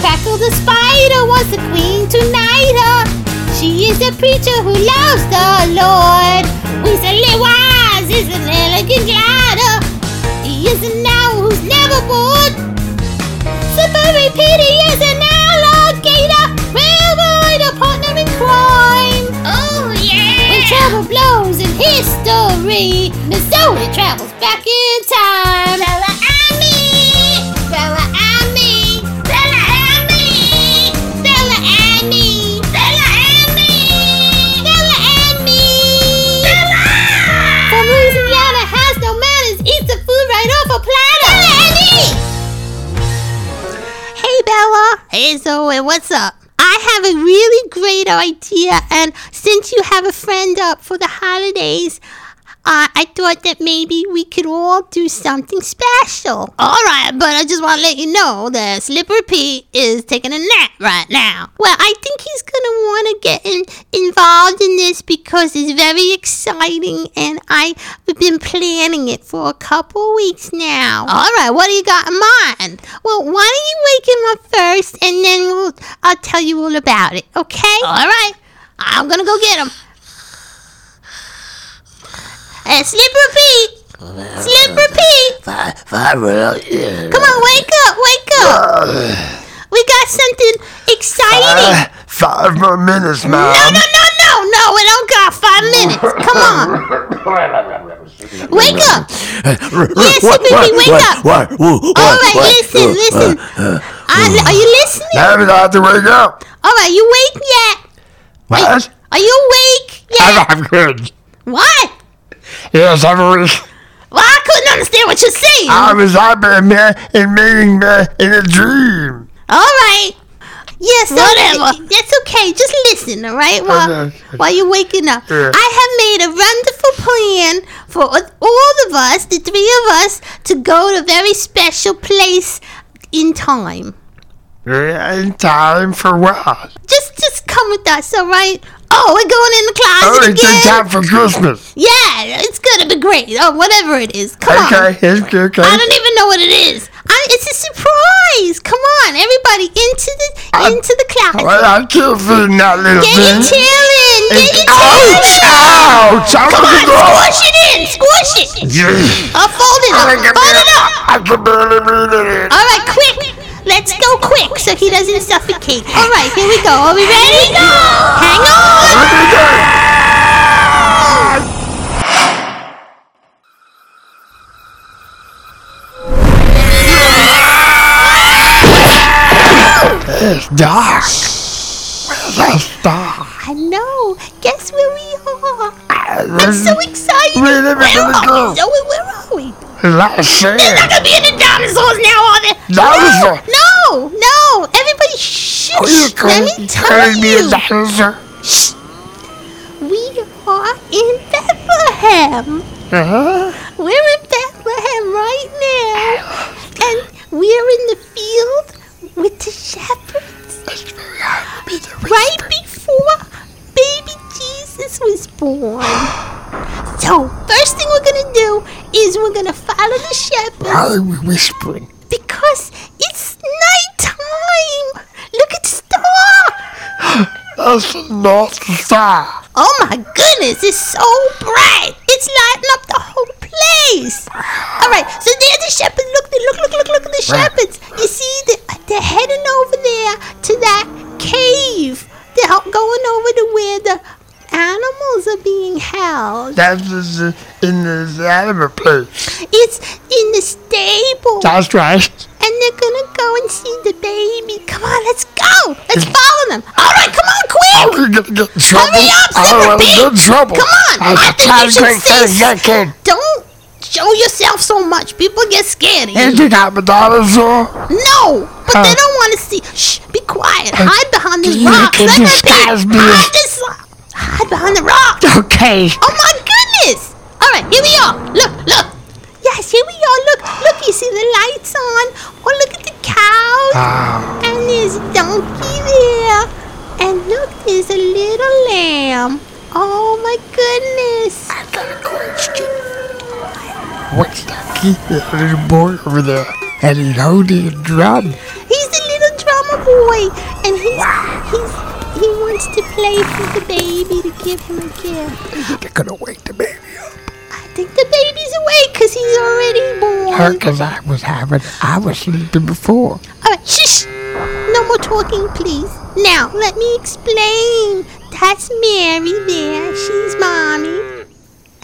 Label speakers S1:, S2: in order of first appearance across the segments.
S1: Hansel the spider wants the queen to knight her. She is a preacher who loves the Lord. Winstonly Wise is an elegant glider. He is an owl who's never bored. Sudbury Petey is an alligator. Railroad a partner in crime.
S2: Oh,
S1: When
S2: yeah!
S1: trouble blows in history, and so it travels back in time.
S2: Bella and me! Bella and me! Bella and me! Bella and me! Bella and me! Bella and me! Bella!
S1: For Louisiana has no manners, eats the food right off a platter. Hey Bella. Hey Zoe, what's up? I have a really great idea, and since you have a friend up for the holidays, uh, I thought that maybe we could all do something special. All right, but I just want to let you know that Slipper Pete is taking a nap right now. Well, I think he's gonna want to get in, involved in this because it's very exciting, and I, we've been planning it for a couple weeks now. All right, what do you got in mind? Well, why don't you wake him up first, and then we'll I'll tell you all about it. Okay? All right, I'm gonna go get him. Uh, Slipper Pete, Slipper Pete. Come on, wake up, wake up. We got something exciting.
S3: Uh, five more minutes,
S1: No, no,
S3: ma'am.
S1: no, no, no. We don't got five minutes. Come on. Wake up. Yes,
S3: What,
S1: baby,
S3: what,
S1: wake
S3: what,
S1: up.
S3: what, who, what,
S1: All right,
S3: what,
S1: listen,
S3: who,
S1: listen.
S3: uh,
S1: I, are you listening?
S3: Now I have to wake up.
S1: All right, you awake yet?
S3: What?
S1: Are you awake
S3: I'm,
S1: yet?
S3: I'm good.
S1: What?
S3: Yes, I'm awake.
S1: Well, I couldn't understand what you're saying.
S3: I was up in me and meeting me in a dream.
S1: All right. Yes, so
S2: Whatever.
S1: That's okay. Just listen, all right? While,
S3: Okay.
S1: while you're waking up.
S3: Uh, Yeah.
S1: I have made a wonderful plan for us- all of us, the three of us, to go to a very special place in time.
S3: In time for what?
S1: Just just come with us, all right? Oh, we're going in the
S3: Oh,
S1: closet
S3: it's in
S1: again.
S3: time for Christmas.
S1: Yeah, it's gonna be great. Oh, whatever it is. Come on.
S3: Okay, it's good, okay.
S1: I don't even know what it is. I, it's a surprise. Come on, everybody, into the into the closet.
S3: Well, I can't feed that little
S1: Get your
S3: thing.
S1: chillin', get your
S3: Ouch!
S1: chillin'.
S3: Ouch! I'm
S1: Come on,
S3: gonna
S1: squish it in, squish it.
S3: go.
S1: I'll fold it up, fold it up.
S3: I can barely read it.
S1: All right, quick. Let's go quick so he doesn't suffocate. All right, here we go. Are we ready? Hang on. Ah!
S3: It's dark. Where's that star?
S1: I know. Guess where we are? I'm
S3: That's
S1: so excited.
S3: Wait a
S1: Where
S3: minute, let's
S1: are
S3: go.
S1: we, Zoe? Where are we?
S3: That's
S1: There's not
S3: sad.
S1: gonna be any dinosaurs now, are there?
S3: Dinosaur.
S1: No, no, no. Everybody, shh.
S3: Are you
S1: shh. Let me
S3: calling
S1: tell
S3: calling me a
S1: you.
S3: dinosaur?
S1: We are in Bethlehem.
S3: Uh-huh.
S1: We're in Bethlehem right now. And we're in the field with the shepherds
S3: It's very hard to be there.
S1: right before baby Jesus was born. So, first thing we're going to do is we're going to follow the shepherds
S3: Why are we whispering?
S1: because it's nighttime. Look at the star.
S3: That's the North Star.
S1: Oh my goodness, it's so bright. It's lighting up the whole place. All right, so there's the shepherds. Look, they- look, look, look, look at the shepherds. You see, the- they're heading over there to that cave. They're ho- going over to where the animals are being held.
S3: That is uh, in the animal place.
S1: It's in the stable,
S3: That's right.
S1: and they're gonna go and see the baby. Come on, let's go. Let's follow them. All right, come on,
S3: Are
S1: quick.
S3: we gonna get in trouble?
S1: Hurry up,
S3: I
S1: Slipper
S3: will get in
S1: Pete.
S3: trouble.
S1: Come on,
S3: I,
S1: I think you
S3: can't
S1: should
S3: drink
S1: cease.
S3: things I can.
S1: Don't show yourself so much. People get scared of you.
S3: Is it a dinosaur?
S1: No, but they
S3: Huh.
S1: don't want to see. Shh, be quiet. Hide behind this
S3: Uh. You
S1: rock.
S3: can
S1: Let me
S3: disguise
S1: be.
S3: me.
S1: Hide this. Hide behind the rock.
S3: Okay.
S1: Oh my goodness! All right, here we are. Look, look. Yes, here we are. Look, look. You see the lights on. Oh, look at the cows.
S3: Ah,
S1: And there's a donkey there. And look, there's a little lamb. Oh my goodness.
S3: I got a question. What's that kid, that little boy over there? And he's holding a drum.
S1: He's the little drummer boy. boy, and he's he's he wants to play for the baby to give him a gift.
S3: I couldn't wake the baby up.
S1: I think the baby's awake because he's already born.
S3: Hurt because I was having, I was sleeping before.
S1: All right, shh. No more talking, please. Now let me explain. That's Mary there. She's mommy,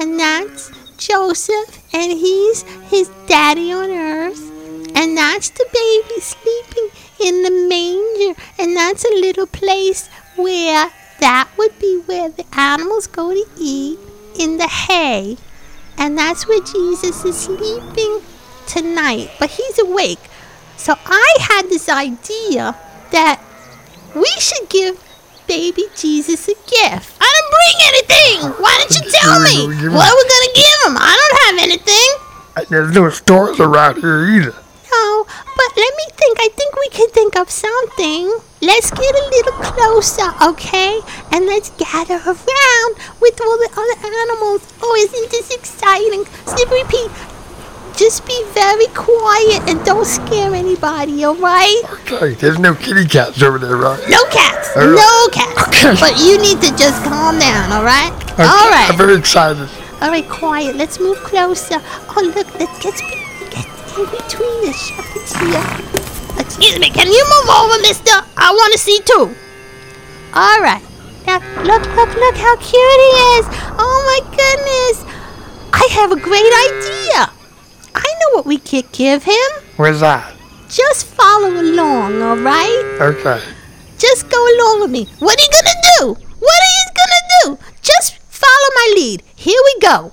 S1: and that's Joseph, and he's his daddy on earth, and that's the baby sleeping in the manger, and that's a little place where that would be where the animals go to eat in the hay. And that's where Jesus is sleeping tonight, but he's awake. So I had this idea that we should give baby Jesus a gift.
S2: I didn't bring anything. Why didn't you tell me?
S3: Give me-
S2: What are we gonna give him? I don't have anything.
S3: And There's no stores around here either.
S1: No, but let me think. I think we can think of something. Let's get a little closer, okay? And let's gather around with all the other animals. Oh, isn't this exciting? Slippery Pete, just be very quiet and don't scare anybody, alright?
S3: Okay, there's no kitty cats over there, right?
S1: No cats.
S3: All right.
S1: No cats.
S3: Okay.
S1: But you need to just calm down, all right?
S3: Okay,
S1: All
S3: I'm
S1: right.
S3: very excited.
S1: All right, quiet. Let's move closer. Oh, look, let's get, be- get in between the shepherds here.
S2: Excuse me. Can you move over, Mister? I want to see too.
S1: All right. Now, look, look, look how cute he is. Oh, my goodness. I have a great idea. I know what we could give him.
S3: Where's that?
S1: Just follow along, all right?
S3: Okay.
S1: Just go along with me. What are you going to do? What are you going to do? Just follow my lead. Here we go.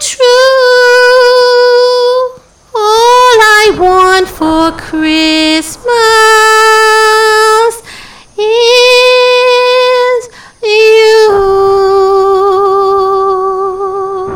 S1: true. All I want for Christmas is you.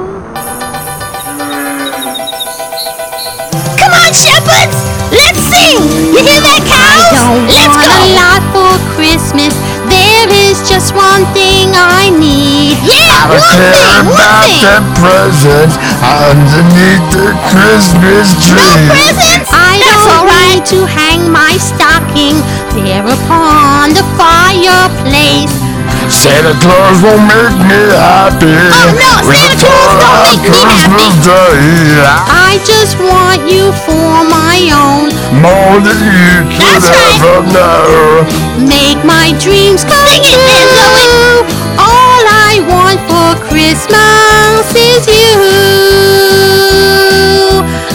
S2: Come on, shepherds. Let's sing. You hear that, cows?
S1: Don't
S2: Let's
S1: want
S2: go.
S1: a lot for Christmas. There is just one thing I need.
S2: Yeah,
S3: I
S2: one
S3: care
S2: thing, one
S3: about
S2: thing.
S3: the presents underneath the Christmas tree.
S2: Presents.
S1: I
S2: That's
S1: don't
S2: all right.
S1: need to hang my stocking there upon the fireplace.
S3: Santa Claus won't make me happy.
S2: Oh, no,
S3: with
S2: Santa
S3: a
S2: Claus don't
S3: full-on
S2: make me
S3: Christmas Day.
S1: I just want you for my own.
S3: More than you could
S2: That's right.
S3: ever know.
S1: Make my dreams come
S2: Sing it,
S1: true.
S2: Miss
S1: All I want for Christmas is you.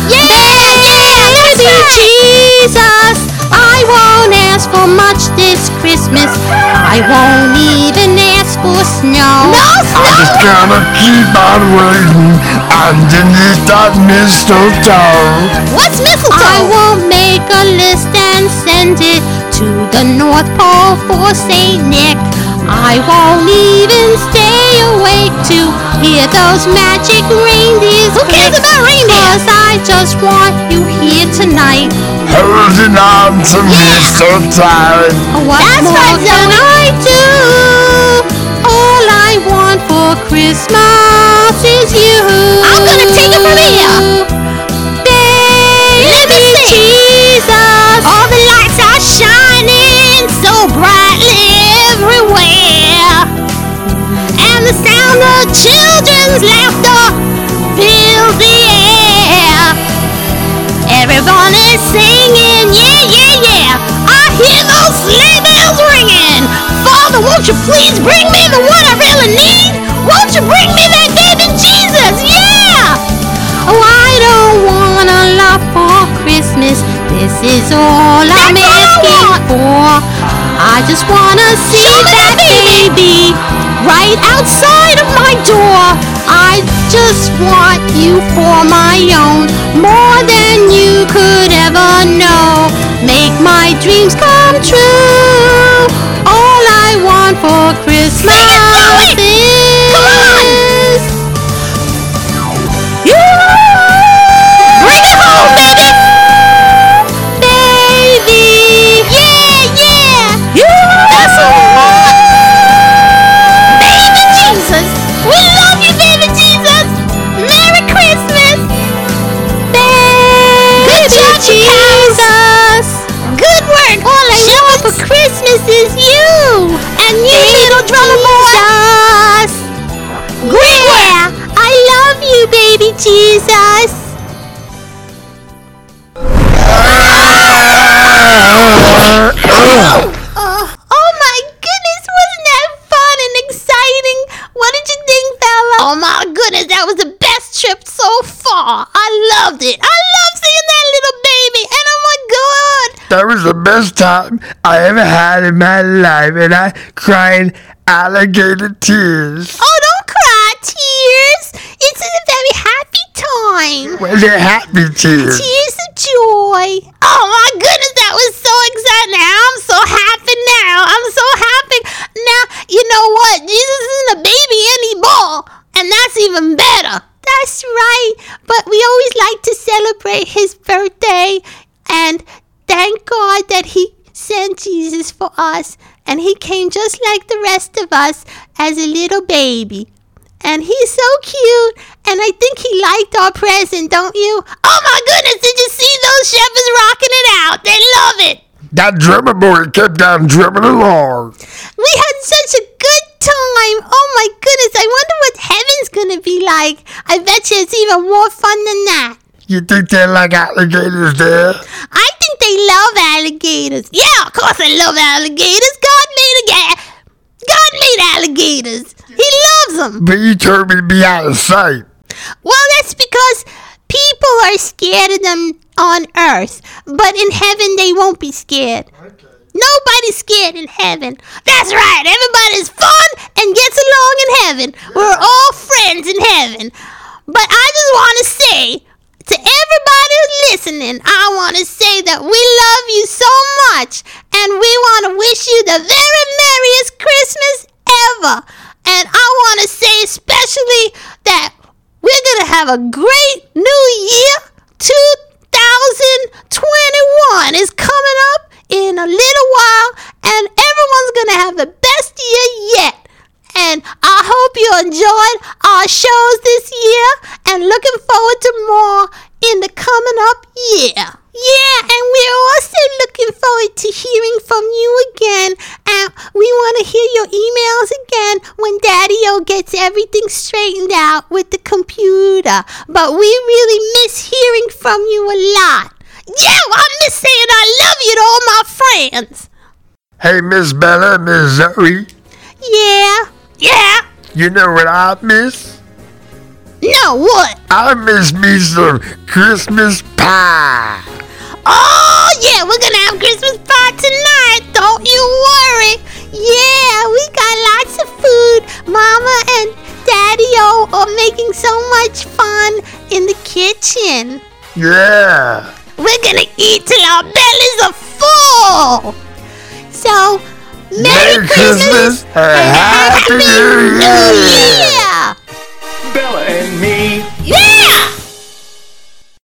S1: Yeah, yeah, baby Jesus. I won't ask for much this Christmas. I won't even ask for snow.
S2: No,
S3: I'm
S2: no.
S3: just gonna keep on waiting underneath that mistletoe.
S2: What's mistletoe?
S1: I will make a list and send it to the North Pole for St. Nick. I won't even stay awake to hear those magic reindeers. Who
S2: cares about reindeer?
S1: Cause I just want you here tonight.
S3: Holding on to me so tight.
S1: What
S2: That's
S1: more
S2: right,
S1: can I do? All I want for Christmas is you.
S2: I'm gonna take it from here.
S1: Baby
S2: Let us sing.
S1: Jesus.
S2: All the lights are shining so brightly everywhere. And the sound of children's laughter fills the air. Everyone is singing, yeah, yeah, yeah. I hear those sleigh bells ringing. Father, won't you please bring me the one I really need? Won't you bring me that baby Jesus? Yeah!
S1: Oh, I don't want a lot for Christmas. This is all I'm
S2: That's all I
S1: asking
S2: want.
S1: for. I just wanna see
S2: Show me
S1: that
S2: that
S1: baby right outside of my door. I just want you for my own, more than you could ever know. Make my dreams come true. All Mouth is- Yeah! Bring it home, Megan! Baby! Yeah, yeah! That's a lot! Baby Jesus! We love you, baby Jesus! Merry Christmas! Baby Good job, Jesus! Good work! All I Show want for Christmas is you! And you, little drummer boy! Good yeah, I love you, baby Jesus! Oh my goodness, wasn't that fun and exciting? What did you think, fella? Oh my goodness, that was the best trip so far. I loved it. I love seeing that little baby. And oh my god,
S3: That was the best time I ever had in my life, and I cried alligator tears.
S1: oh don't cry, tears. It's a very happy time.
S3: Well, they're happy tears.
S1: Tears of joy. Oh my goodness, that was so exciting. Now I'm so happy now. I'm so happy. Now, you know what? Jesus isn't a baby anymore. And that's even better. That's right. But we always like to celebrate his birthday and thank God that he sent Jesus for us. And he came just like the rest of us as a little baby. And he's so cute. And I think he liked our present, don't you? Oh my goodness, did you see those shepherds rocking it out? They love it.
S3: That drummer boy kept on drumming along.
S1: We had such a good time. Oh my goodness, I wonder what heaven's gonna be like. I bet you it's even more fun than that.
S3: You think they're like alligators there?
S1: I think they love alligators. Yeah, of course I love alligators. God made a ga- God made alligators. He loves them.
S3: But you told me to be out of sight.
S1: Well, that's because people are scared of them on earth, but in heaven they won't be scared. Nobody's scared in heaven. That's right. Everybody's fun and gets along in heaven. We're all friends in heaven. But I just want to say to everybody who's listening, I want to say that we love you so much and we want to wish you the very merriest Christmas ever. And I want to say especially that we're going to have a great new year. 2021 is coming up in a little while, and everyone's going to have the best year yet. And I hope you enjoyed our shows this year and looking forward to more in the coming up year. Yeah, and we're also looking forward to hearing from you again. And we want to hear your emails again when Daddy O gets everything straightened out with the computer. But we really miss hearing from you a lot. Yeah, I miss saying I love you to all my friends.
S3: Hey, Miss Bella, Miss Zoe,
S1: Yeah. Yeah.
S3: you know what I miss?
S1: No, what?
S3: I miss me some Christmas pie.
S1: Oh, yeah, we're gonna have Christmas pie tonight. Don't you worry. Yeah, we got lots of food. Mama and Daddy O are making so much fun in the kitchen.
S3: Yeah.
S1: We're gonna eat till our bellies are full. So, Merry,
S3: and Happy New Year.
S1: Year!
S4: Bella and me.